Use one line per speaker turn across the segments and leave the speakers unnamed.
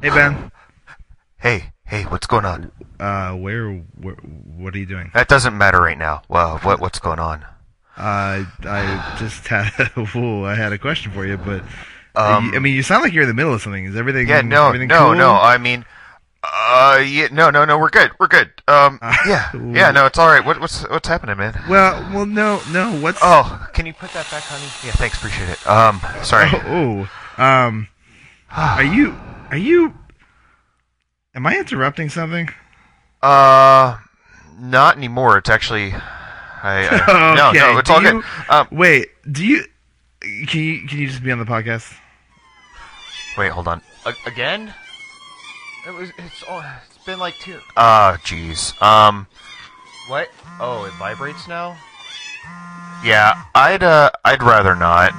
Hey Ben.
Hey, hey, what's going on?
Uh, where, where? What are you doing?
That doesn't matter right now. Well, what what's going on?
Uh, I just had a, whoa, I had a question for you, but
Um,
I mean, you sound like you're in the middle of something. Is everything?
Yeah, no,
everything
no,
cool?
no. I mean, uh, yeah, no, no, no. We're good. We're good. Um,
Ah,
yeah, yeah. No, it's all right. What, what's what's happening, man?
Well, well, no, no. What's?
Oh, can you put that back, honey? Yeah, thanks. Appreciate it. Um, sorry.
oh, oh, um, are you? Are you? Am I interrupting something? Oh.
Uh, not anymore. It's actually, I, I no,
Okay,
no. It's all
do
good.
you-
Um,
Wait, do you? Can you can you just be on the podcast?
wait, hold on. A- again? It was. It's all. It's been like two. Ah, jeez. Um, what? Oh, it vibrates now. Yeah, I'd uh, I'd rather not.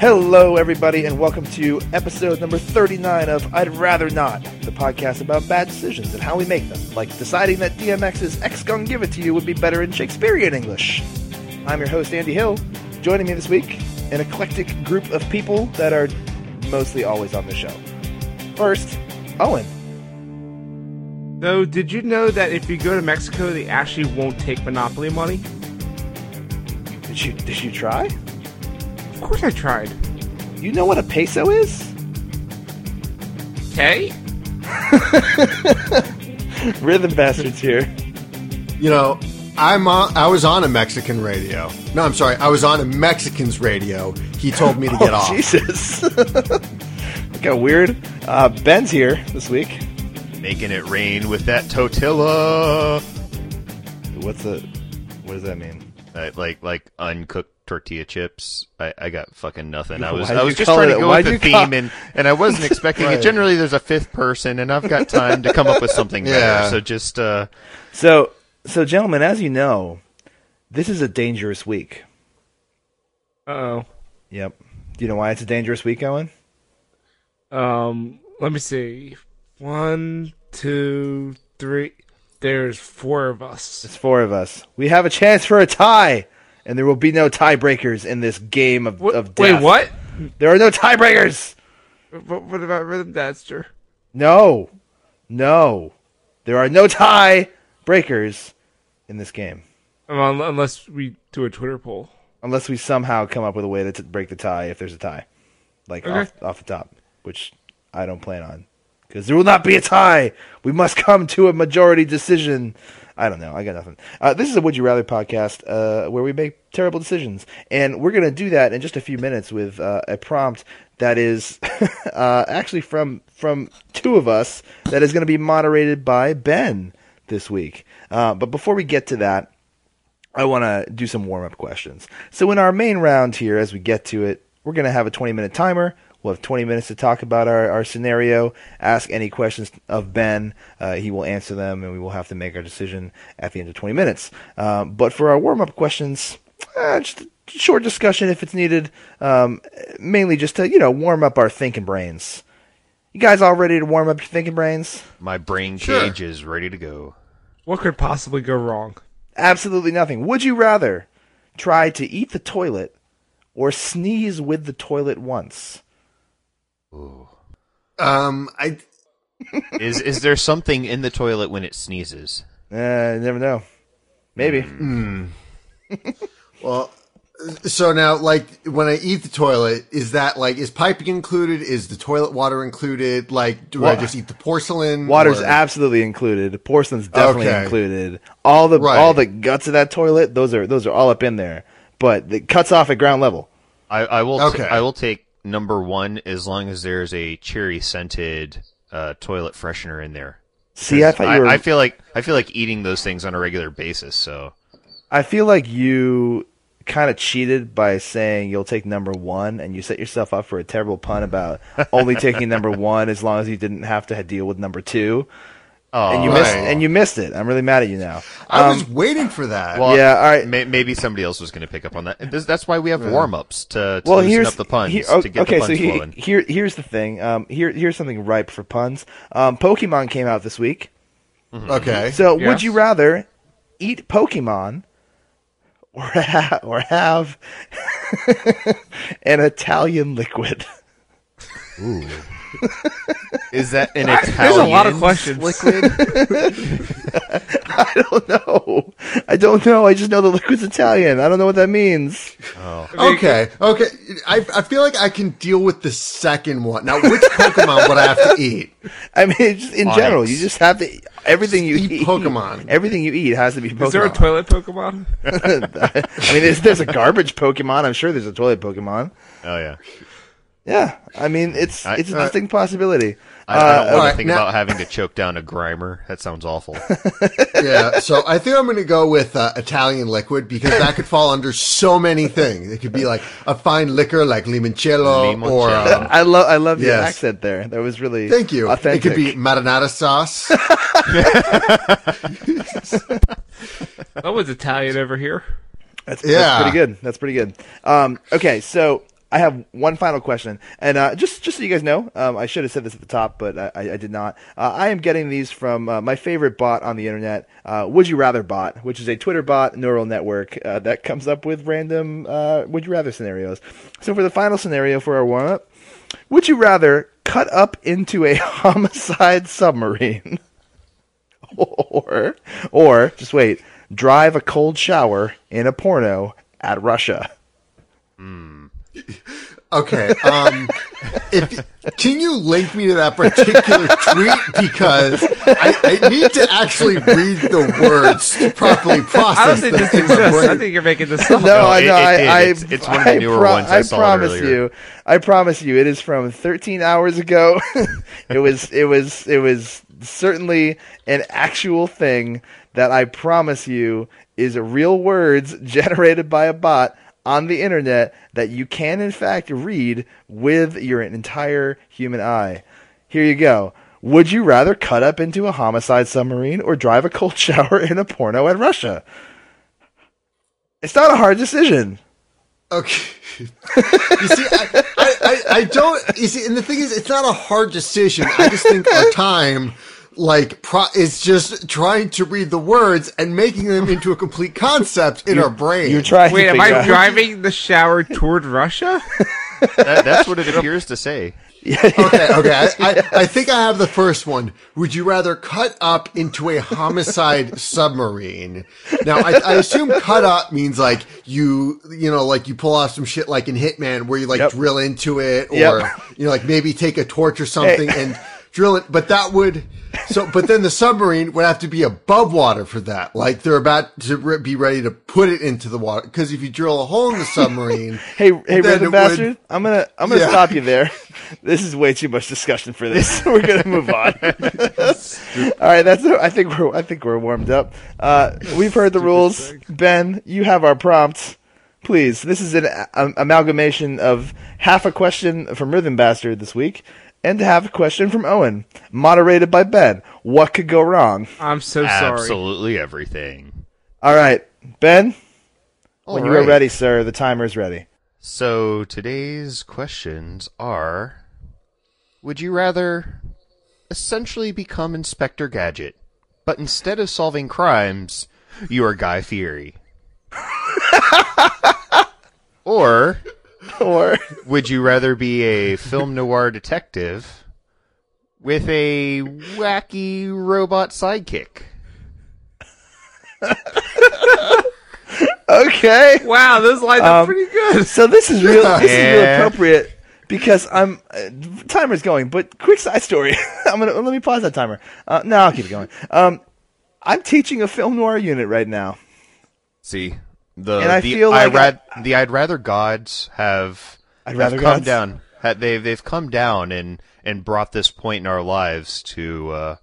Hello, everybody, and welcome to episode number 39 of I'd Rather Not, the podcast about bad decisions and how we make them, like deciding that DMX's X Gun Give It To You would be better in Shakespearean English. I'm your host, Andy Hill. Joining me this week, an eclectic group of people that are mostly always on the show. First, Owen.
Though, did you know that if you go to Mexico, they actually won't take Monopoly money?
Did you, did you try?
Of course I tried.
You know what a peso is?
Okay.
Rhythm Bastards here.
You know, I'm on, I was on a Mexican radio. No, I'm sorry. I was on a Mexican's radio. He told me to get
oh,
off.
Jesus. that got weird. Uh, Ben's here this week.
Making it rain with that totilla.
What's a? What does that mean?
Uh, like like uncooked tortilla chips. I, I got fucking nothing. I was
Why'd
I
you
was just
call
trying
it-
to go
why'd
with the
you
theme
call-
and, and I wasn't expecting it. Generally there's a fifth person and I've got time to come up with something
Yeah.
better. So just uh
So, so gentlemen, as you know, this is a dangerous week.
Uh
Yep. Do you know why it's a dangerous week, Owen?
oh. Um, let me see. One, two, three. There's four of us.
It's four of us. We have a chance for a tie, and there will be no tiebreakers in this game of,
What,
of
wait,
death.
what?
There are no tiebreakers.
what? What about Rhythm Daster?
No, no, there are no tie breakers in this game
Um, un- unless we do a Twitter poll.
unless we somehow come up with a way to t- break the tie if there's a tie, like
Okay.
off, off the top, which I don't plan on because there will not be a tie. We must come to a majority decision. I don't know. I got nothing. Uh, this is a Would You Rather podcast uh, where we make terrible decisions, and we're gonna do that in just a few minutes with uh, a prompt that is uh, actually from from two of us that is gonna be moderated by Ben this week. Uh, but before we get to that, I want to do some warm up questions. So, in our main round here, as we get to it, we're going to have a 20 minute timer. We'll have 20 minutes to talk about our, our scenario, ask any questions of Ben. Uh, he will answer them, and we will have to make our decision at the end of 20 minutes. Um, but for our warm up questions, uh, just a short discussion if it's needed, um, mainly just to, you know, warm up our thinking brains. You guys all ready to warm up your thinking brains?
my brain cage is ready to go.
What could possibly go wrong?
Absolutely nothing. Would you rather try to eat the toilet or sneeze with the toilet once?
Um, I
Is is there something in the toilet when it sneezes?
Uh, you never know. Maybe.
well, so now like when I eat the toilet, is that like is piping included? Is the toilet water included? Like, do I
Wa-
just eat the porcelain?
Water's
or-
absolutely included. Porcelain's definitely
Okay.
included. All the
Right.
all the guts of that toilet, those are those are all up in there. But it cuts off at ground level.
I, I will t-
Okay.
I will take number one as long as there's a cherry scented uh, toilet freshener in there.
See, I thought
I,
you were.
I feel like I feel like eating those things on a regular basis. So
I feel like you kind of cheated by saying you'll take number one, and you set yourself up for a terrible pun about only taking number one as long as you didn't have to deal with number two.
Oh,
and you
Right.
missed and you missed it. I'm really mad at you now.
I was
um,
waiting for that.
Well,
Yeah, all right.
May, maybe somebody else was going to pick up on that. And this- that's why we have warm-ups to, to
well,
loosen
here's
up the puns
here- oh,
to get the
okay,
puns
so he-
flowing.
here here's the thing. Um, here here's something ripe for puns. Um, Pokemon came out this week.
okay.
So would
Yes.
you rather eat Pokemon or ha- or have an Italian liquid?
Is that an Italian?
There's a lot of questions.
Liquid?
I don't know. I don't know. I just know the liquid's Italian. I don't know what that means.
Okay, okay. I, I feel like I can deal with the second one. Now, which Pokemon would I have to eat?
I mean, it's just in
Onyx.
general, you just have to everything you
Just eat
eat.
Pokemon.
Everything you eat has to be Pokemon.
Is there a toilet Pokemon?
I mean, there's, there's a garbage Pokemon. I'm sure there's a toilet Pokemon.
Oh yeah.
Yeah, I mean, it's
I-
it's
uh,
a distinct possibility. Uh,
I, I don't want
alright,
to think
now-
about having to choke down a grimer. That sounds awful.
Yeah, so I think I'm going to go with uh, Italian liquid because that could fall under so many things. It could be like a fine liquor like limoncello,
Limoncello.
or uh,
I love I love your
Yes.
accent there. That was really
thank you.
Authentic.
It could be marinara sauce.
That was Italian over here.
That's,
Yeah.
that's pretty good. That's pretty good. Um, okay, so I have one final question, and uh, just just so you guys know, um, I should have said this at the top, but I, I, I did not. Uh, I am getting these from uh, my favorite bot on the internet, uh, Would You Rather Bot, which is a Twitter bot neural network uh, that comes up with random uh, Would You Rather scenarios. So for the final scenario for our warm up, would you rather cut up into a homicide submarine, or or just wait, drive a cold shower in a porno at Russia?
Okay. Um, if can you link me to that particular tweet because I, I need to actually read the words to properly process.
I don't think
this
this
in my
exists. I
brain.
think you're making this up.
No, I
it-
know.
it
I,
did.
I,
It's- it's one of the
I
newer ones. I saw it
promise
earlier.
you. I promise you. It is from 13 hours ago. it was. It was. It was certainly an actual thing that I promise you is real words generated by a bot on the internet that you can in fact read with your entire human eye. Here you go. Would you rather cut up into a homicide submarine or drive a cold shower in a porno at Russia? It's not a hard decision.
Okay. you see, I, I, I, I don't. You see, and the thing is, it's not a hard decision. I just think our time, like, pro- is just trying to read the words and making them into a complete concept in our brain.
You're trying
Wait,
to
am
figure
I
out.
driving the shower toward Russia?
That, that's what it appears to say.
okay, okay. I, I, I think I have the first one. Would you rather cut up into a homicide submarine? Now, I, I assume cut up means like you, you know, like you pull off some shit like in Hitman where you like
Yep.
drill into it or,
Yep.
you know, like maybe take a torch or something and drill it. But that would, so, but then the submarine would have to be above water for that. Like they're about to re- be ready to put it into the water. Cause if you drill a hole in the submarine,
Hey, hey,
then it
random
would-
bastard! I'm gonna, I'm gonna
Yeah.
stop you there. This is way too much discussion for this. we're gonna move on. All right, that's. I think we're, I think we're warmed up. Uh, we've heard the rules. Ben, you have our prompts. Please, this is an a- am- amalgamation of half a question from Rhythm Bastard this week, and half a question from Owen, moderated by Ben. What could go wrong?
I'm so sorry.
Absolutely everything.
All right, Ben, when you are
Alright.
ready, sir, the timer is ready.
So today's questions are: Would you rather essentially become Inspector Gadget, but instead of solving crimes, you are Guy Fieri? or
Or
Would you rather be a film noir detective with a wacky robot sidekick?
okay.
Wow, those lines
Um,
up pretty good.
So this is real. This is real
Yeah.
appropriate because I'm uh, timer's going. But quick side story. I'm gonna let me pause that timer. Uh, no, I'll keep it going. Um, I'm teaching a film noir unit right now.
See, the
And I
the
feel like
rad- the I'd rather gods have
I'd
have
rather
come
gods.
down. ha- They've they've come down and and brought this point in our lives to uh,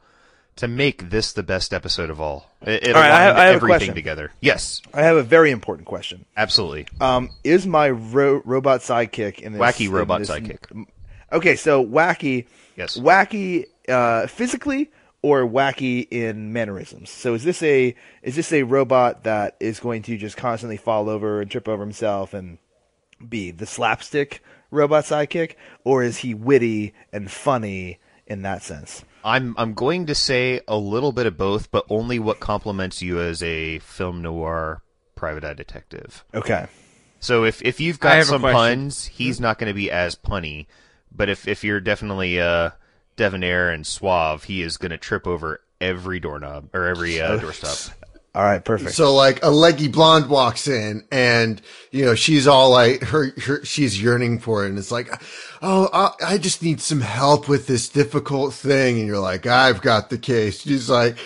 to make this the best episode of all. It, it
All right, I have-
aligned
I have a question.
everything together. Yes,
I have a very important question.
absolutely.
Um, is my ro- robot sidekick in this
Wacky
in
robot
this-
sidekick.
Okay, so wacky.
Yes.
Wacky uh, physically or wacky in mannerisms. So is this a is this a robot that is going to just constantly fall over and trip over himself and be the slapstick robot sidekick, or is he witty and funny in that sense?
I'm I'm going to say a little bit of both, but only what complements you as a film noir private eye detective.
Okay.
So if if you've
I
got
have a
some
question. Mm.
puns, he's not going to be as punny. But if if you're definitely uh, debonair and suave, he is going to trip over every doorknob or every uh, doorstop.
All right. Perfect.
So like a leggy blonde walks in and you know she's all like her, her she's yearning for it and it's like oh I, I just need some help with this difficult thing and you're like I've got the case. She's like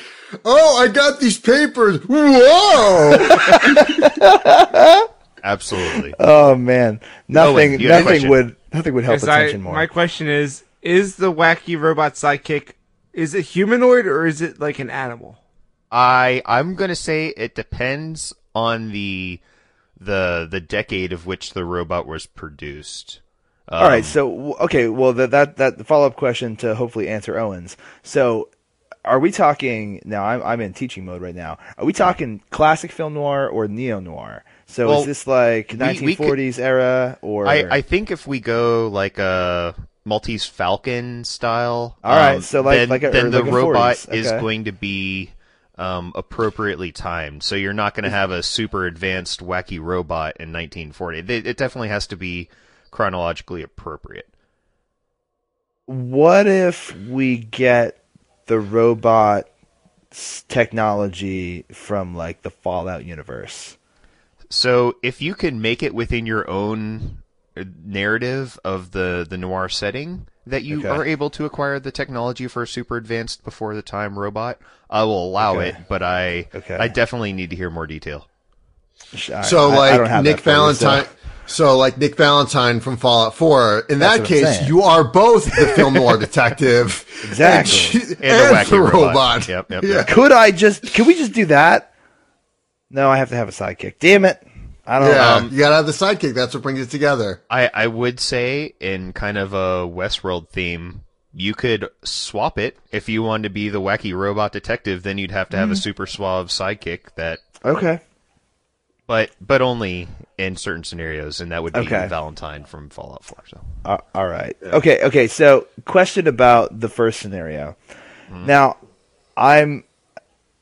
oh I got these papers. Whoa.
Absolutely.
Uh,
oh man, nothing
Owen, you had a
nothing
question.
would nothing would help
Yes, I-
attention more.
My question is: Is the wacky robot sidekick is it humanoid or is it like an animal?
I I'm gonna say it depends on the the the decade of which the robot was produced. Um,
All right. So w- okay. Well, that that that follow up question to hopefully answer Owens. So, are we talking now? I'm I'm in teaching mode right now. Are we talking classic film noir or neo noir? So
Well,
is this like
we- we
1940s
could-
era or?
I I think if we go like a Maltese Falcon style, um,
All right, so like-
then,
like a-
then
or
the
like a
robot
40s,
is
okay.
going to be um, appropriately timed. So you're not going to have a super advanced wacky robot in 1940. They, it definitely has to be chronologically appropriate.
what if we get the robot s- technology from like the Fallout universe?
So if you can make it within your own uh, narrative of the the noir setting that you
Okay.
are able to acquire the technology for a super advanced before the time robot, I will allow
Okay.
it, but I
Okay.
I definitely need to hear more detail.
Sh- I-
so
I- I
like
don't have
Nick
that for you, so-
Valentine. So like Nick Valentine from Fallout 4.
That's
In that
what I'm
case,
saying.
you are both the film noir detective,
Exactly.
and, she-
the
and
wacky
the
robot.
robot.
Yep, yep,
Yeah.
yep.
Could I just? Could we just do that? No, I have to have a sidekick. Damn it! I don't.
Yeah,
Um,
you gotta have the sidekick. That's what brings it together.
I I would say in kind of a Westworld theme, you could swap it if you wanted to be the wacky robot detective, then you'd have to
Mm-hmm.
have a super suave sidekick that
Okay.
but but only in certain scenarios, and that would be
Okay.
Valentine from Fallout 4. So
Uh, all right. Okay. Okay. So, question about the first scenario.
Mm-hmm.
Now, I'm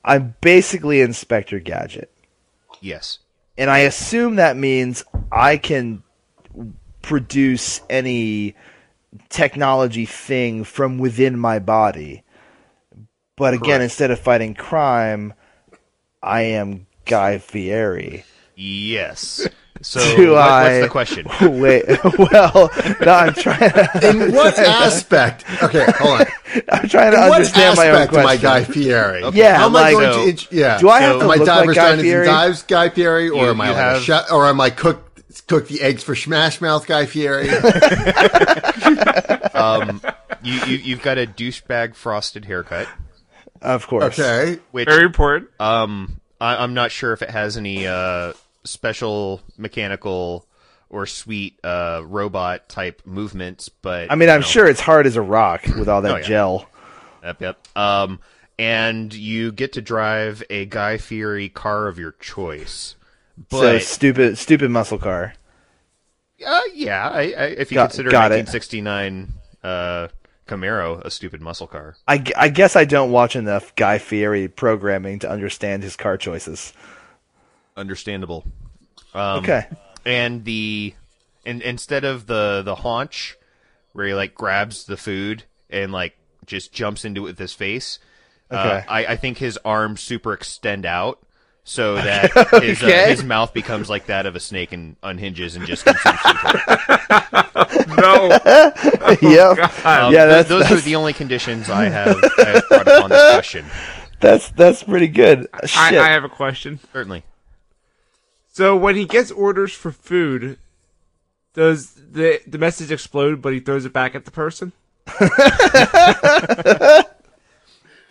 I'm basically Inspector Gadget,
yes,
and I assume that means I can produce any technology thing from within my body. But again, instead of fighting crime, I am Guy Fieri.
yes. So
Do
what-
I-
what's the question?
Wait. well, no, I'm trying.
In what aspect? Okay, hold on.
I'm trying to
In what
understand my own
aspect
question.
am I Guy Fieri?
Yeah,
How am
like-
I going
So-
to? int- yeah.
Do I have
So-
to
am I
look like
divers,
Guy
diners,
Fieri?
and dives Guy Fieri, or
You-
am I
you
like
have-
a chef, or am I cook cook the eggs for Smash Mouth Guy Fieri?
Um, you, you you've got a douchebag frosted haircut,
Of course.
okay.
which
Very important.
um I, I'm not sure if it has any uh special mechanical or sweet uh robot type movements, but
I mean,
you
I'm
know.
sure it's hard as a rock with all that
Oh, yeah.
gel.
Yep, yep. Um, and you get to drive a Guy Fieri car of your choice.
so
But
stupid, stupid muscle car.
Uh, yeah, I, I, if you
Got-
consider
got it.
1969 uh, Camaro a stupid muscle car.
I, gu- I guess I don't watch enough Guy Fieri programming to understand his car choices.
Understandable. Um,
Okay.
And the and instead of the the haunch, where he like grabs the food and like just jumps into it with his face, uh,
Okay.
I I think his arms super extend out. So that his, uh,
Okay.
his mouth becomes like that of a snake and unhinges and just consumes people.
No,
Um,
yep. yeah,
oh, th-
that's,
those
that's,
are the only conditions I have, I have brought up on this question.
that's that's pretty good. Shit.
I, I have a question.
Certainly.
So when he gets orders for food, does the the message explode? But he throws it back at the person.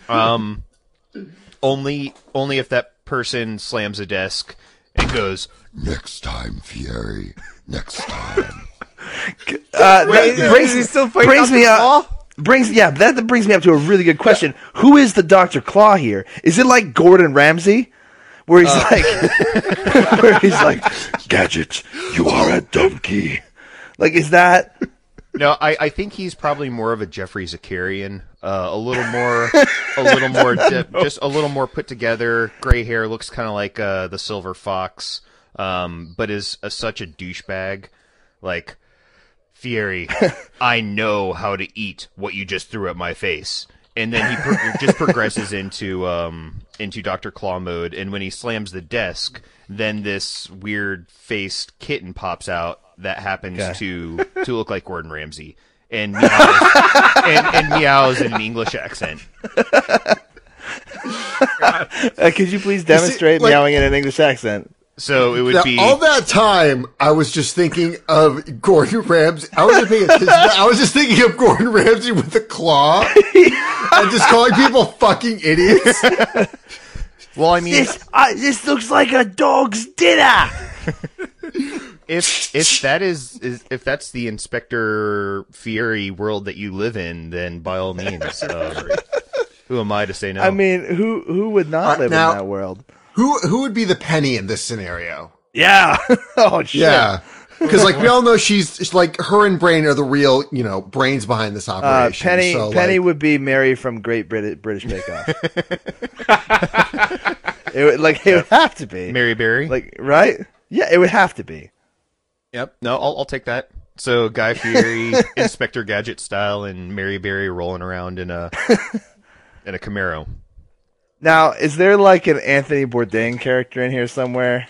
Um, only only if that person slams a desk and goes,
Next time, Fieri. Next time.
uh, that
Wait, is,
brings,
is he still fighting
brings
out
me
this
up.
wall?
brings yeah that, that brings me up to a really good question. Who is the Doctor Claw here? Is it like Gordon Ramsay, where he's like, where he's like, gadget, you are a donkey. Like, is that
No, I, I think he's probably more of a Jeffrey Zakarian, uh, a little more, a little more, de- just a little more put together. Gray hair looks kind of like uh, the Silver Fox, um, but is a, such a douchebag. Like Fury, I know how to eat what you just threw at my face, and then he pro- just progresses into um, into Doctor Claw mode. And when he slams the desk, then this weird faced kitten pops out that happens to to look like Gordon Ramsay and meows, and, and meows in an English accent.
Uh, could you please demonstrate
like-
meowing in an English accent?
So it would
Now,
be
all that time, I was just thinking of Gordon Ramsay. I was, thinking, I was just thinking of Gordon Ramsay with a claw and just calling people fucking idiots.
well. I mean,
uh, this looks like a dog's dinner.
if if that is, is if that's the Inspector Fury world that you live in, then by all means, um, who am I to say no?
I mean, who who would not
Uh,
live
now-
in that world?
Who who would be the penny in this scenario?
Yeah. oh shit.
Yeah. Because like we all know, she's she's like her and Brain are the real you know brains behind this
Uh,
operation.
Penny
so,
Penny
like,
would be Mary from Great Brit- British Bake Off. it would, like it would have to be
Mary Berry.
Like right? Yeah, it would have to be.
yep. No, I'll, I'll take that. So Guy Fury, Inspector Gadget style, and Mary Berry rolling around in a in a Camaro.
Now, is there like an Anthony Bourdain character in here somewhere?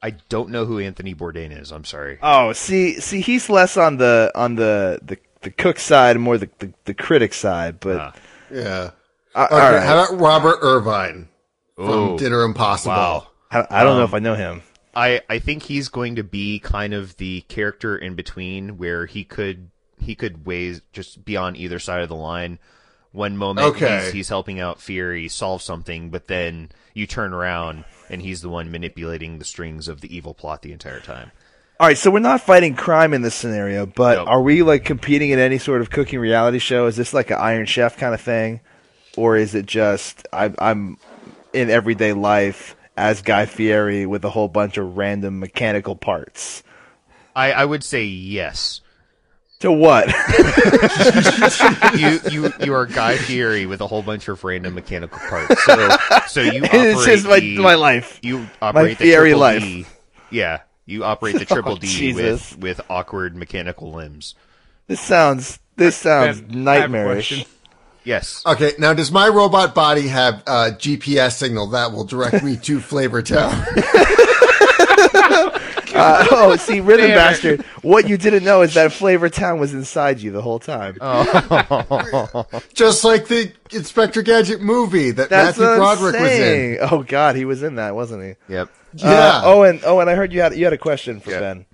I don't know who Anthony Bourdain is. I'm sorry.
Oh, see, see, he's less on the on the the, the cook side, and more the, the the critic side. But
Ah.
yeah.
I,
Okay,
all right.
How about Robert Irvine from
Oh.
Dinner Impossible?
Wow.
I, I don't
um,
know if I know him.
I, I think he's going to be kind of the character in between where he could he could ways just be on either side of the line. One moment
Okay.
he's, he's helping out Fury solve something, but then you turn around and he's the one manipulating the strings of the evil plot the entire time.
All right, so we're not fighting crime in this scenario, but
Nope.
are we like competing in any sort of cooking reality show? Is this like an Iron Chef kind of thing, or is it just I, I'm in everyday life as Guy Fieri with a whole bunch of random mechanical parts?
I, I would say yes.
To what?
You you you are Guy Fieri with a whole bunch of random mechanical parts. So so you
it's
operate
just my
the-
my life.
You operate the
Fury
triple
life. Oh,
D. Yeah, you operate the triple D
Jesus.
with with awkward mechanical limbs.
This sounds this sounds
Bad- bad
nightmarish.
question.
Yes.
Uh,
Okay, now does my robot body have uh, a GPS signal that will direct me to Flavor Town?
Uh, oh, see, Rhythm
Damn it.
Bastard. What you didn't know is that Flavor Town was inside you the whole time.
Just like the Inspector Gadget movie that
That's
Matthew
what
Broderick
I'm
was in.
saying. Oh God, he was in that, wasn't he?
Yep.
Yeah.
Uh, oh, and oh, and I heard you had you had a question for Ben.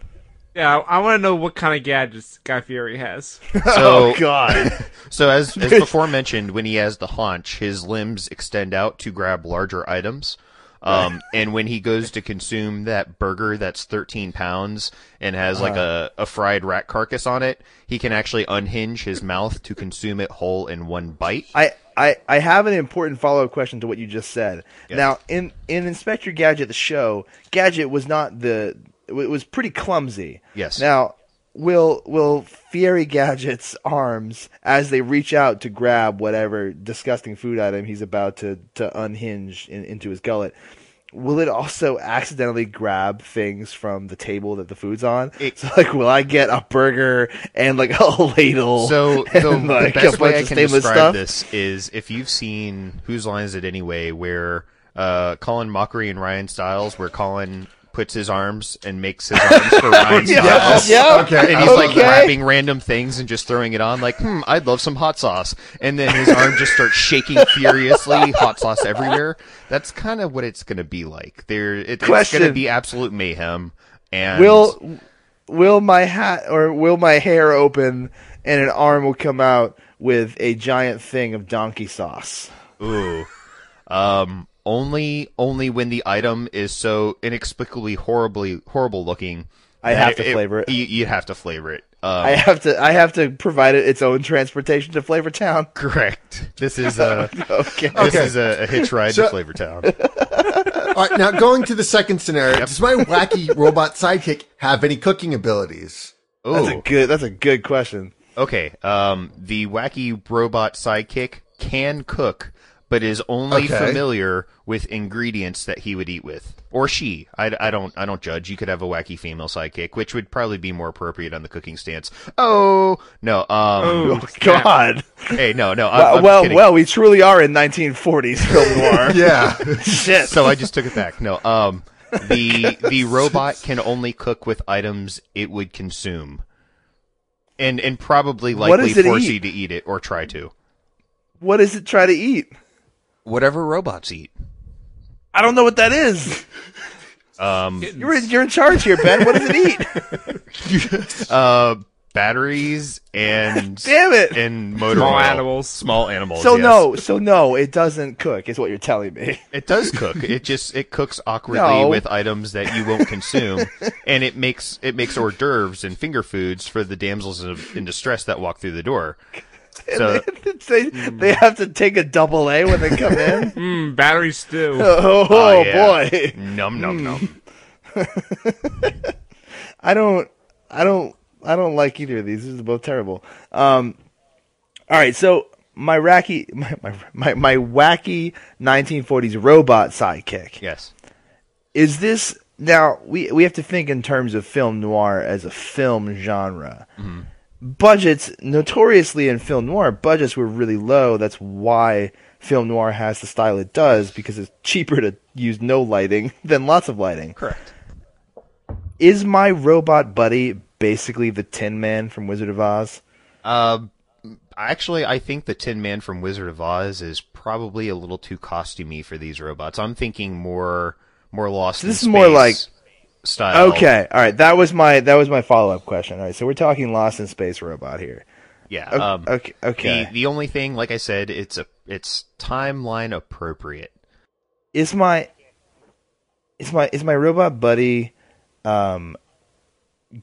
Yeah, I, want to know what kind of gadgets Guy Fieri has.
So
God.
so as as before mentioned, when he has the haunch, his limbs extend out to grab larger items. Um, and when he goes to consume that burger that's 13 pounds and has like a, a fried rat carcass on it, he can actually unhinge his mouth to consume it whole in one bite.
I, I, I have an important follow up question to what you just said. Now, in, in Inspector Gadget, the show, Gadget was not the. It was pretty clumsy.
Yes.
Now, will will Fiery Gadget's arms, as they reach out to grab whatever disgusting food item he's about to, to unhinge in, into his gullet, will it also accidentally grab things from the table that the food's on?
It-
so, like, will I get a burger and, like, a ladle?
So
and,
the, the
like, a
best
bunch
way I
of
can
stainless
describe this is if you've seen Whose Line Is It Anyway, where uh, Colin Mockery and Ryan Stiles, where Colin puts his arms and makes his arms for Ryan Stiles.
Oh, Yeah.
Okay.
And he's like
Okay.
grabbing random things and just throwing it on, like, hmm, I'd love some hot sauce. And then his arm just starts shaking furiously, hot sauce everywhere. That's kind of what it's going to be like. There, it, it's going to
Question.
be absolute mayhem. And
will will my hat or will my hair open and an arm will come out with a giant thing of donkey sauce
Ooh. Um only only when the item is so inexplicably horribly horrible looking.
I
that
have to flavor it.
You, you have to flavor it. Uh,
I have to. I have to provide it its own transportation to Flavortown.
Correct. This is a
Okay.
this is a, a hitch ride to
So-
Flavortown.
All right, now going to the second scenario. Does my wacky robot sidekick have any cooking abilities?
That's a
Oh,
good. That's a good question.
okay. Um, the wacky robot sidekick can cook, but is only
Okay.
familiar with ingredients that he would eat with, or she. I, I don't I don't judge. You could have a wacky female sidekick, which would probably be more appropriate on the cooking stance. Oh no. Um.
Oh, God.
Hey, no, no. I,
Well,
I'm
well,
kidding.
well, we truly are in 1940s film noir.
Yeah.
Shit.
so I just took it back. No, um, the the robot can only cook with items it would consume, and and probably
What
likely
does it
force
eat?
you to eat it or try to.
what does it try to eat?
Whatever robots eat.
I don't know what that is.
Um,
You're in, you're in charge here, Ben. What does it eat?
uh, batteries and
Damn it.
and motor
Small
oil.
animals.
small animals.
so
yes.
no, so no, it doesn't cook. Is what you're telling me.
It does cook. It just it cooks awkwardly
No.
with items that you won't consume, and it makes it makes hors d'oeuvres and finger foods for the damsels in, in distress that walk through the door. So mm.
they, they have to take a double A when they come in.
Mm, battery stew.
oh
Oh, yeah.
boy, Hmm.
num num num.
I don't, I don't, I don't like either of these. These are both terrible. Um, all right, so my wacky, my my my, my wacky 1940s robot sidekick.
Yes.
is this now we we have to think in terms of film noir as a film genre budgets notoriously in film noir budgets were really low that's why film noir has the style it does because it's cheaper to use no lighting than lots of lighting
Correct.
is my robot buddy basically the tin man from wizard of oz
Actually, I think the Tin Man from Wizard of Oz is probably a little too costumey for these robots. I'm thinking more more lost.
this
in
is more
Space
like-
style.
okay all right that was my that was my follow-up question all right so we're talking lost in space robot here
Yeah.
O-
um,
okay okay
The the only thing, like I said, it's a it's timeline appropriate.
is my is my is my robot buddy um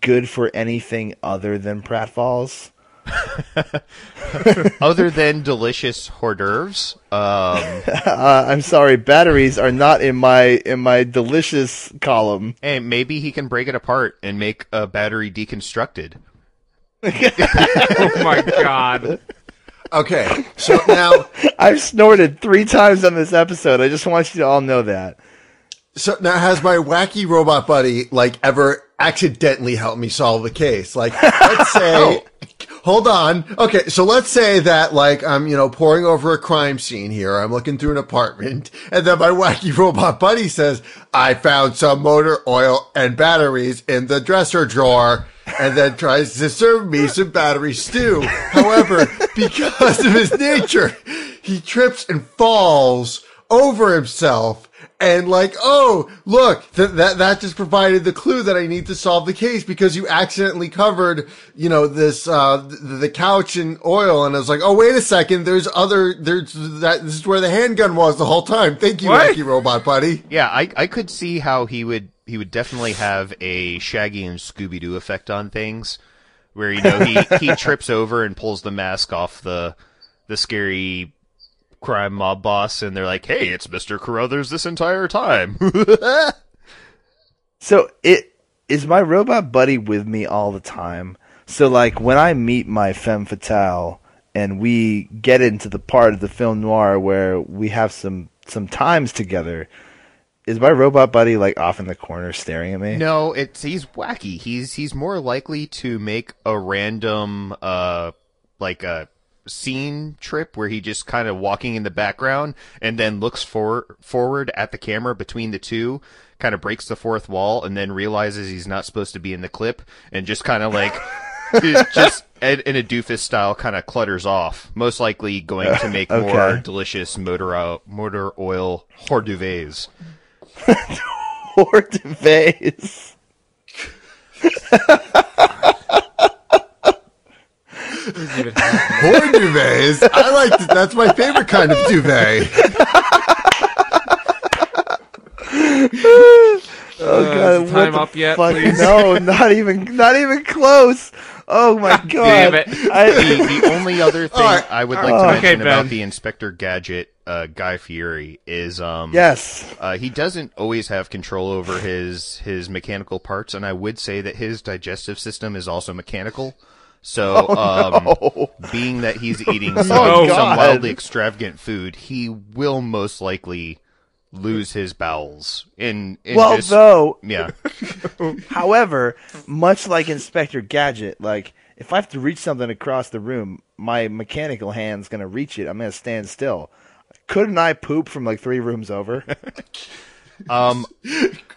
good for anything other than pratfalls
Other than delicious hors d'oeuvres, um,
uh, i'm sorry batteries are not in my in my delicious column
and maybe he can break it apart and make a battery deconstructed.
oh my god.
Okay. So now
i've snorted three times on this episode i just want you to all know that
So now has my wacky robot buddy like ever accidentally helped me solve a case? Like let's say hold on. Okay, so let's say that like I'm, you know, pouring over a crime scene here. I'm looking through an apartment and then my wacky robot buddy says, "I found some motor oil and batteries in the dresser drawer." And then tries to serve me some battery stew. However, because of his nature, he trips and falls over himself and like, oh, look, th- that that just provided the clue that I need to solve the case because you accidentally covered, you know, this uh th- the couch in oil, and I was like, oh, wait a second, there's other, there's that this is where the handgun was the whole time. Thank you,
What?
Wacky Robot Buddy.
Yeah, I I could see how he would he would definitely have a Shaggy and Scooby Doo effect on things, where you know he he trips over and pulls the mask off the the scary crime mob boss, and they're like, "Hey, it's Mister Carruthers this entire time."
So it is my robot buddy with me all the time. So like when I meet my femme fatale and we get into the part of the film noir where we have some some times together, is my robot buddy like off in the corner staring at me?
no, it's he's wacky. He's he's more likely to make a random uh like a scene trip where he just kind of walking in the background and then looks for forward at the camera between the two kind of breaks the fourth wall and then realizes he's not supposed to be in the clip and just kind of like it just in in a doofus style kind of clutters off most likely going to make more
Okay.
delicious motor oil, motor oil hors d'oeuvres
Or
Uh,
DeVays.
Corn duvets. I like th- that's my favorite kind of duvet.
Oh
Uh, is the time
the
up yet,
fuck?
please?
No, not even not even close. Oh my god!
Damn it.
I,
the, the only other thing
Alright,
I would like to
alright.
mention
Oh. Okay,
about
Ben.
the Inspector Gadget uh, Guy Fury is um
yes,
uh, he doesn't always have control over his his mechanical parts, and I would say that his digestive system is also mechanical. So, um, being that he's eating some,
no.
some
Oh, God.
wildly extravagant food, he will most likely lose his bowels. In, in
Well,
just-
though-
yeah,
However, much like Inspector Gadget, like if I have to reach something across the room, my mechanical hand's gonna reach it. I'm gonna stand still. Couldn't I poop from like three rooms over?
um,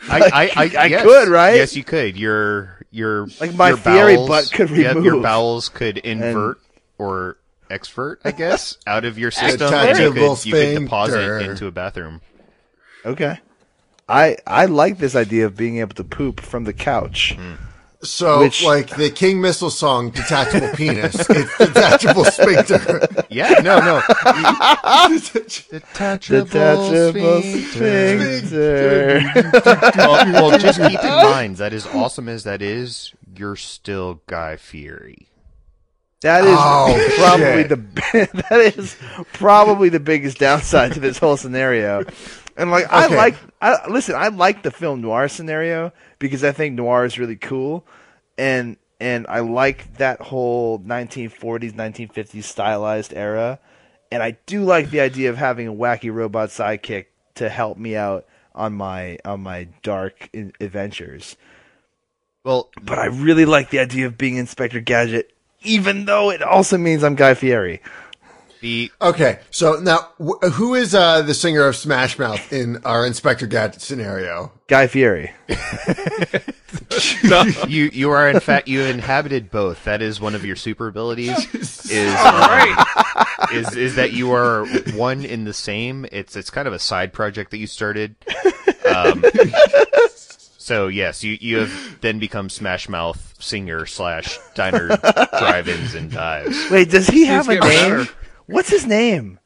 I, I, I,
I
yes.
could, right?
Yes, you could. Your, your,
Like, my
your
Fury
bowels-
butt could
yeah, your
remove.
bowels could invert or exvert, I guess, out of your system. and you
Tactical
could, you could
sphincter.
deposit into a bathroom.
okay. I I like this idea of being able to poop from the couch.
So,
Which-
like the King Missile song, detachable penis, it's detachable sphincter.
Yeah, no, no.
Detachable sphincter.
well, well, just keep in mind that as awesome as that is, you're still Guy Fury.
That is
Oh,
probably
shit.
the bi- that is probably the biggest downside to this whole scenario. And like I
Okay.
like I listen, I like the film noir scenario because I think noir is really cool and and I like that whole 1940s 1950s stylized era and I do like the idea of having a wacky robot sidekick to help me out on my on my dark in- adventures.
Well,
But I really like the idea of being Inspector Gadget even though it also means I'm Guy Fieri.
the
Okay, so now wh- who is uh, the singer of Smash Mouth in our Inspector Gadget scenario?
Guy Fieri.
you you are in fact you inhabited both. That is one of your super abilities. Is uh,
All right.
is is that you are one in the same. It's it's kind of a side project that you started. Um, so yes, you you have then become Smash Mouth singer slash diner drive-ins and dives.
Wait, does he have a
getting better.
name? What's his name?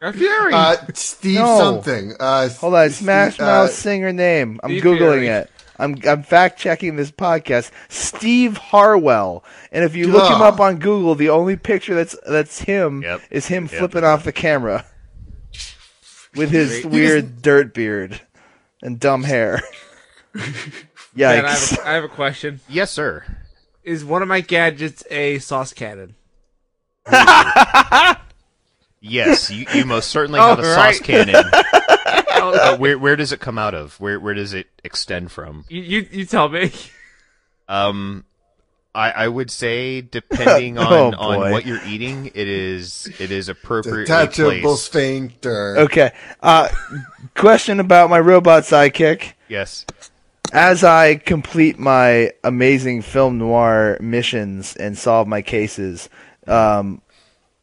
Guy Fury.
Uh, Steve
No.
something. Uh,
Hold on,
Steve-
Smash
uh,
Mouth singer name. I'm
Steve
googling
Fury.
it. I'm I'm fact checking this podcast. Steve Harwell. And if you look him
Ah.
up on Google, the only picture that's that's him
Yep.
is him
Yep.
flipping off the camera with his weird dirt beard and dumb hair.
Ben, I, have
Yikes!
a, I have a question.
Yes, sir.
Is one of my gadgets a sauce cannon?
Yes, you, you most certainly have a
All
sauce
Oh, right.
cannon.
Oh,
Oh.
Uh, where where does it come out of? Where where does it extend from?
You you, you tell me.
Um, I I would say depending on,
Oh, boy.
on what you're eating, it is it is appropriately
Detachable
placed.
sphincter.
Okay. Uh, question about my robot sidekick.
Yes.
as I complete my amazing film noir missions and solve my cases, um,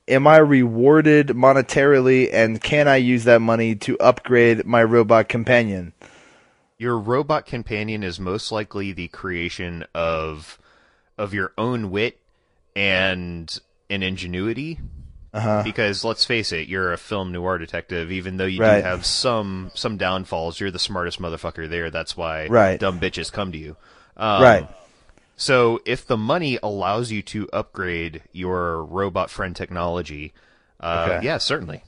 am I rewarded monetarily, and can I use that money to upgrade my robot companion?
Your robot companion is most likely the creation of of your own wit and an ingenuity.
Uh-huh.
Because let's face it, you're a film noir detective. Even though you
Right.
do have some some downfalls, you're the smartest motherfucker there. That's why
Right.
dumb bitches come to you. Um,
right.
So if the money allows you to upgrade your robot friend technology, uh,
Okay.
yeah, certainly.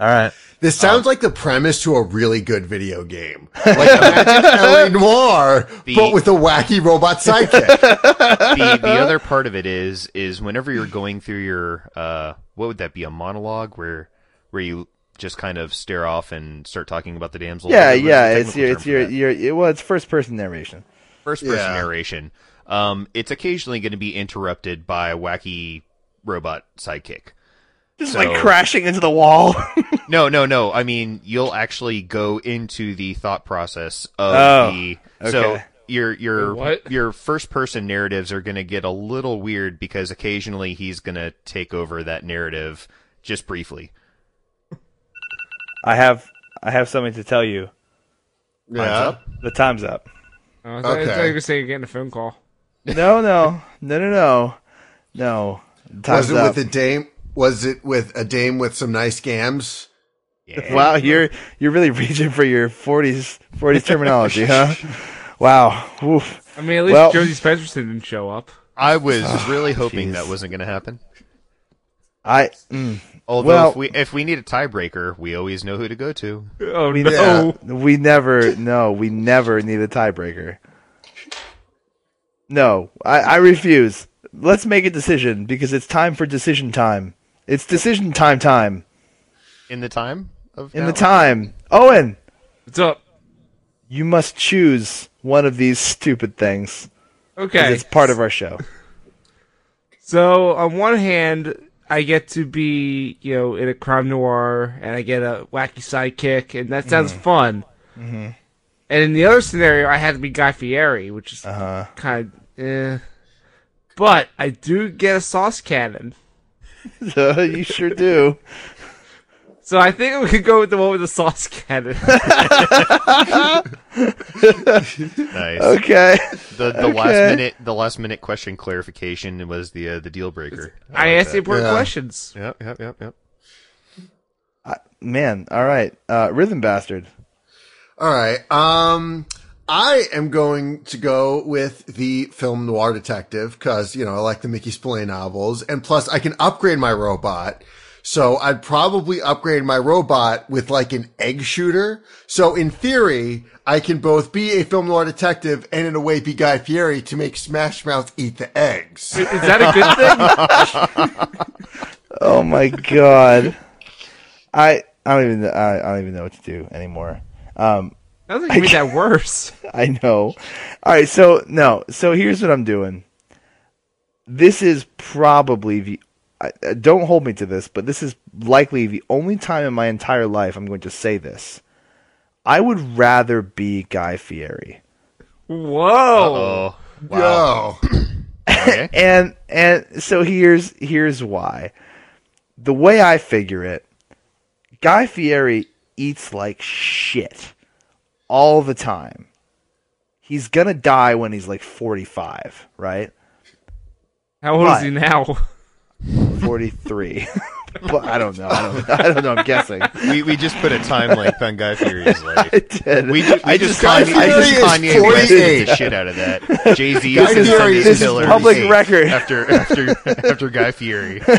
All right.
This sounds like the premise to a really good video game. Like imagine LA Noir,
The-
but with a wacky robot sidekick.
the the other part of it is is whenever you're going through your uh what would that be a monologue where where you just kind of stare off and start talking about the damsel.
Yeah,
What is the
yeah. It's
technical
your,
term
it's
for
your,
that?
your, it- well, it's first person narration.
first person
Yeah.
narration. Um, it's occasionally going to be interrupted by a wacky robot sidekick.
Just
So- like
crashing into the wall.
No, no, no. I mean, you'll actually go into the thought process of
Oh,
the so
okay.
your your
What?
your first person narratives are going to get a little weird because occasionally he's going to take over that narrative just briefly.
I have, I have something to tell you.
Yeah.
The time's up.
Oh, I thought, I thought
Okay.
you were saying you're getting a phone call.
No, no, no, no, no, no. Time's
Was it
up.
with a dame? Was it with a dame with some nice gams?
Yeah.
Wow, you're you're really reaching for your 40s 40s terminology, huh? Wow. Oof.
I mean, at least
Well-
Josie Spencerson didn't show up.
I was
Ah,
really hoping that wasn't going to happen.
I mm,
Although
Well-
if we if we need a tiebreaker, we always know who to go to.
Oh
we,
no!
we never no we never need a tiebreaker. No, I, I refuse. Let's make a decision because it's time for decision time. It's decision time time
In the time of
in
now?
the time. Owen,
What's up?
you must choose one of these stupid things. 'cause
Okay.
It's part of our show.
So on one hand, I get to be you know in a crime noir, and I get a wacky sidekick,
Mm-hmm.
and that sounds fun. And in the other scenario, I had to be Guy Fieri, which is
Uh-huh.
kind of. Eh. But I do get a sauce cannon,
So you sure do.
so I think we could go with the one with the sauce cannon.
Nice.
Okay.
The the last
okay.
minute the last minute question clarification was the uh, the deal breaker.
I asked the important
Yeah.
questions.
Yep, yep, yep, yep.
Man, all right. Uh, Rhythm Bastard.
All right. Um, I am going to go with the film Noir Detective because, you know, I like the Mickey Spillane novels. And plus, I can upgrade my robot. So I'd probably upgrade my robot with like an egg shooter. So in theory, I can both be a film noir detective and in a way be Guy Fieri to make Smash Mouth eat the eggs.
Is that a good thing?
Oh my god. I I don't even I, I don't even know what to do anymore. Um,
Nothing can be that worse.
I know. All right, so no, so here's what I'm doing. This is probably the I, uh, don't hold me to this, but this is likely the only time in my entire life I'm going to say this. I would rather be Guy Fieri.
Whoa!
Oh,
Yo.
and and so here's here's why. The way I figure it, Guy Fieri eats like shit all the time. He's gonna die when he's like 45, right?
How old is
But-
he now?
43. but I don't know. I don't, I don't know. I'm guessing.
we we just put a time length on Guy Fieri's life.
I did.
We just, we
I
just,
got-
Kanye,
I
I just
Fieri is
Kanye Wested
48.
the shit out of that. Jay Z is
Guy
gonna send
Fieri
his
is
killer
public
eight
record.
after after after Guy Fieri.
all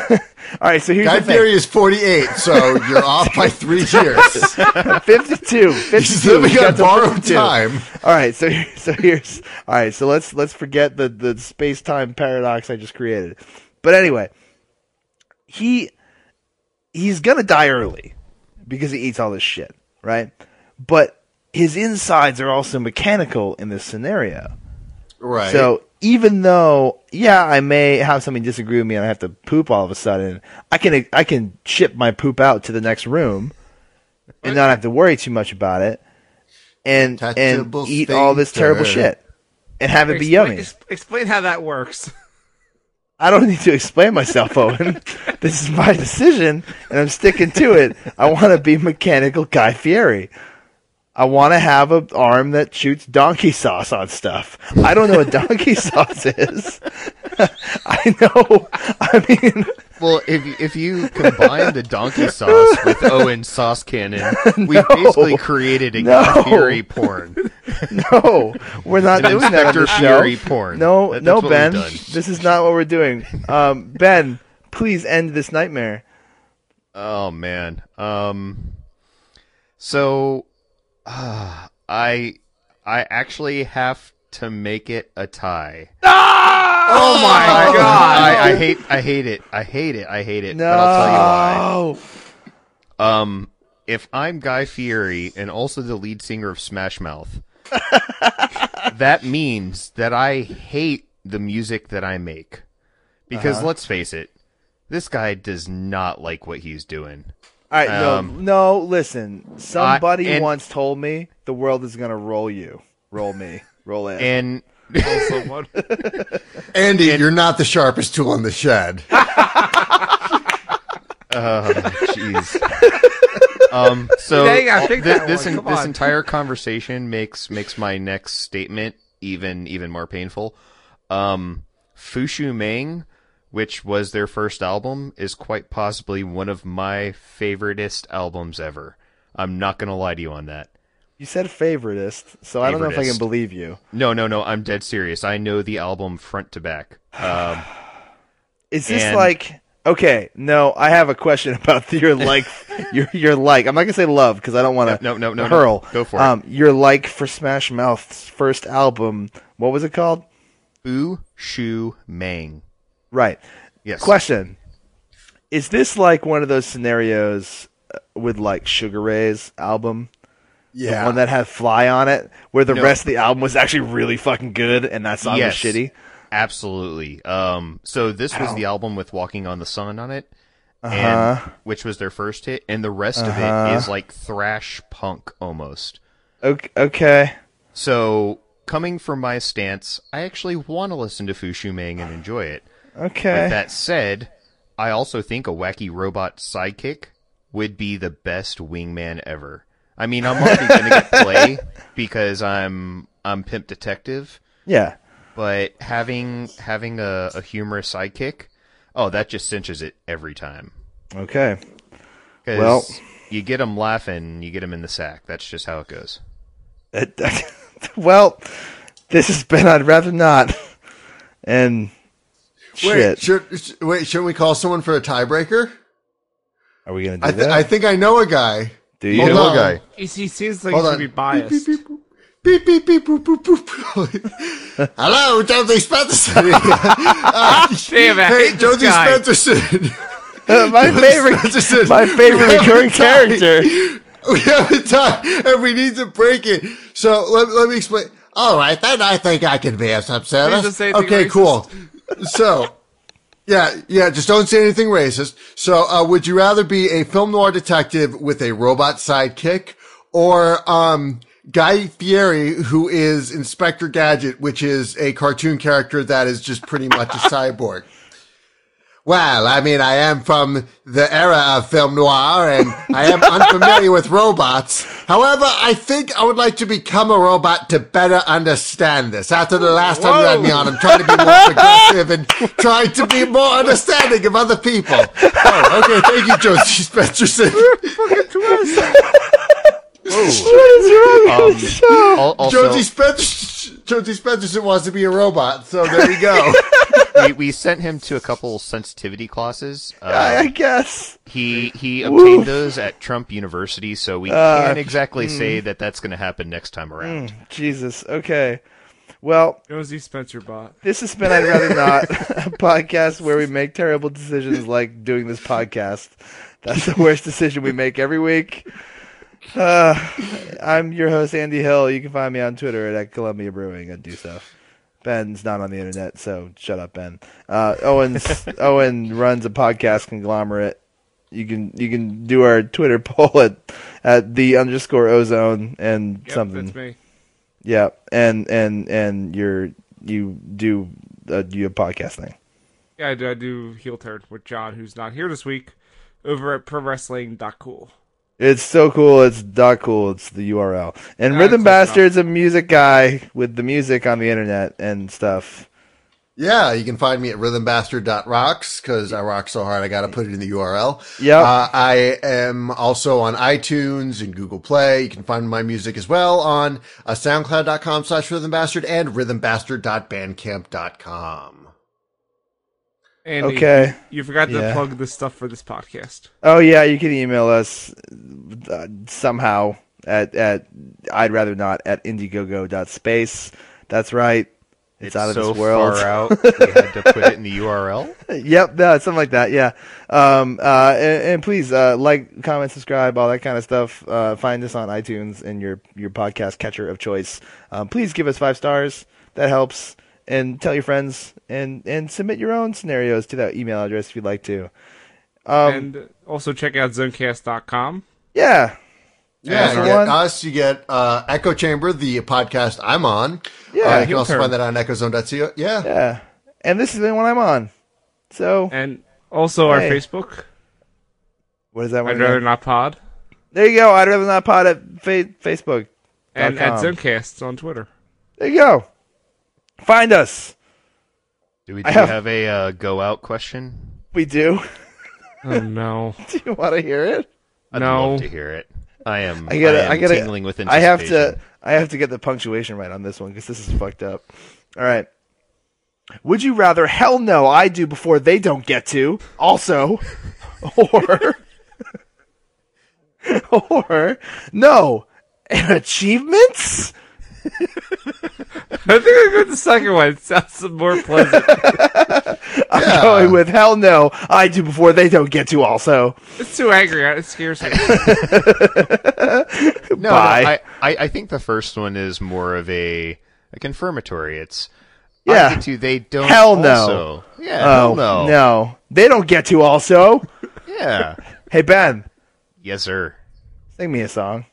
right. So here's
Guy
the thing.
Fieri is 48, so you're off by three years.
52. 52.
He's living
We got
on
to
borrowed
52.
time.
All right, so here- so here's all right. So let's let's forget the the space time paradox I just created. But anyway, he he's gonna die early because he eats all this shit, right? But his insides are also mechanical in this scenario.
Right.
So even though, yeah, I may have somebody disagree with me and I have to poop all of a sudden, I can I can ship my poop out to the next room and not have to worry too much about it, and and
Touchable
eat all this terrible
sphincter.
shit and have it be
Explain-
yummy.
ex- Explain how that works.
I don't need to explain myself, Owen. This is my decision, and I'm sticking to it. I want to be mechanical Guy Fieri. I want to have an arm that shoots donkey sauce on stuff. I don't know what donkey sauce is. I know. I mean,
Well, if if you combine the donkey sauce with Owen's sauce cannon, we basically created a
No.
Guy Fieri porn.
no, we're not
An
doing that on
Inspector
the show.
Fury porn.
No,
That-
no,
that's what we've
Ben.
done.
This is not what we're doing. Um, ben, please end this nightmare.
Oh man. Um so ah, I I actually have to make it a tie.
Oh my god!
I, I hate I hate it. I hate it. I hate it.
No. Oh.
But I'll tell you why. Um if I'm Guy Fieri and also the lead singer of Smash Mouth, that means that I hate the music that I make. Because
Uh-huh.
let's face it, this guy does not like what he's doing.
All right,
Um,
no, no. Listen, somebody
and-
once told me the world is gonna roll you, roll me, roll it.
And
Someone.
Andy, you're not the sharpest tool in the shed.
Oh, jeez. um, so
Dang, I
all-
picked
thi-
that
this
one.
en-
Come
this
on.
entire conversation makes makes my next statement even even more painful. Um, Fushu Meng, which was their first album, is quite possibly one of my favoriteest albums ever. I'm not gonna lie to you on that.
You said favoritist, so I don't know if I can
Favoritist.
believe you.
No, no, no. I'm dead serious. I know the album front to back. Um,
Is this
And-
like okay? No, I have a question about your like your your like. I'm not gonna say love because I don't want to.
No, no, no, no.
Hurl.
Go for it.
Um, your like for Smash Mouth's first album. What was it called?
Boo Shoo Mang.
Right.
Yes.
Question: Is this like one of those scenarios uh, with like Sugar Ray's album?
Yeah.
The one that had Fly on it, where the
No.
rest of the album was actually really fucking good, and that song
Yes.
was shitty.
Absolutely. Um, so this was the album with Walking on the Sun on it,
Uh-huh.
and, which was their first hit, and the rest of it is like thrash punk almost.
Okay. okay.
So coming from my stance, I actually want to listen to Fushu Mang and enjoy it.
Okay.
With that said, I also think a wacky robot sidekick would be the best wingman ever. I mean, I'm already going to get play because I'm I'm pimp detective,
yeah.
but having having a, a humorous sidekick, oh, that just cinches it every time.
Okay.
'Cause
Well-
you get them laughing, you get them in the sack. That's just how it goes.
That- that- well, this has been I'd rather not. And
Wait,
shit,
should, sh- wait, shouldn't we call someone for a tiebreaker?
are we gonna do
I, th-
that?
I think I know a guy.
do
Hold
you?
on. guy.
He, he seems like
Hold
he
on.
should be biased.
Beep, beep, beep, beep, boop, boop, boop. Hello, Jonesy Spencerson. Uh,
Damn it, I
hey,
hate this
Jonesy
guy.
Spencerson.
Uh, my favorite,
Spencerson.
my favorite
We haven't
recurring
tied.
character.
We haven't time, and we need to break it. So let, let me explain. All right, then I think I can be of some service.
don't say anything
Okay,
racist.
cool. So. Yeah, yeah, just don't say anything racist. So, uh, would you rather be a film noir detective with a robot sidekick or, um, Guy Fieri, who is Inspector Gadget, which is a cartoon character that is just pretty much a cyborg? Well, I mean, I am from the era of film noir and I am unfamiliar with robots. However, I think I would like to become a robot to better understand this. After the last time you had me on, I'm trying to be more progressive and trying to be more understanding of other people. Oh, okay. Thank you, Josie Spencerson.
Um, al- also,
Josie Spencerson. Josie Spencerson wants to be a robot, so there we go.
we, we sent him to a couple sensitivity classes. Uh,
I, I guess.
He he obtained those at Trump University, so we
Uh,
can't exactly
hmm.
say that that's going to happen next time around.
Jesus. Okay. Well,
Josie Spencer bot.
this has been I'd rather not a podcast where we make terrible decisions like doing this podcast. That's the worst decision we make every week. Uh, I'm your host Andy Hill. You can find me on Twitter at Columbia Brewing. I do stuff. Ben's not on the internet, so shut up, Ben. Uh, Owen's Owen runs a podcast conglomerate. You can you can do our Twitter poll at at the underscore ozone and
Yep,
something.
That's me.
Yeah, and and and you're you do uh, you a podcast thing.
Yeah, I do, I do heel turn with John, who's not here this week, over at pro wrestling.cool.
It's so cool. It's dot cool. It's the URL. And
Yeah,
Rhythm
close enough.
Bastard's a music guy with the music on the internet and stuff.
Yeah, you can find me at rhythmbastard.rocks because I rock so hard I got to put it in the URL.
Yep.
Uh, I am also on iTunes and Google Play. You can find my music as well on uh, soundcloud.com slash rhythmbastard and rhythmbastard.bandcamp.com.
Andy,
Okay.
You forgot to
Yeah.
plug the stuff for this podcast.
Oh yeah, you can email us uh, somehow at at I'd rather not at indiegogo.space. That's right. It's, out of
so
this world.
far out, we had to put it in the URL.
yep, no, something like that. Yeah. Um, uh, and, and please uh, like, comment, subscribe, all that kind of stuff. Uh, find us on iTunes and your your podcast catcher of choice. Um, please give us five stars. That helps. And tell your friends and and submit your own scenarios to that email address if you'd like to. Um,
and also check out zonecast.com.
Yeah.
Yeah, you
Another
get
one?
us, you get uh, Echo Chamber, the podcast I'm on.
Yeah,
Uh, you can
heel
also
turn.
find that on echozone.co. Yeah.
Yeah. And this is the one I'm on. So
And also our
Hey.
Facebook.
what is that one?
I'd rather
again?
not pod.
There you go. I'd rather not pod at fa- Facebook.
And
Dot
at
com.
Zonecast on Twitter.
There you go. Find us.
Do we do
I
we
have-
have, a uh, go out question?
We do.
Oh no.
do you want to hear it?
I'd
No.
love to hear it. I am.
I gotta, I,
am
gotta,
tingling with
I have to,
anticipation.
I have to get the punctuation right on this one because this is fucked up. All right. Would you rather? Hell no, I do before they don't get to. Also, or, or no, and achievements.
I think I go with the second one. It sounds more pleasant.
I'm going with hell no, I do before they don't get to. Also,
it's too angry. It scares me.
No, no, I,
Bye.
I, I think the first one is more of a, a confirmatory. It's I
Yeah.
get to, they don't.
Hell no.
also. Yeah.
oh
hell no.
no, they don't get to. Also,
Yeah.
hey Ben,
yes, sir.
sing me a song.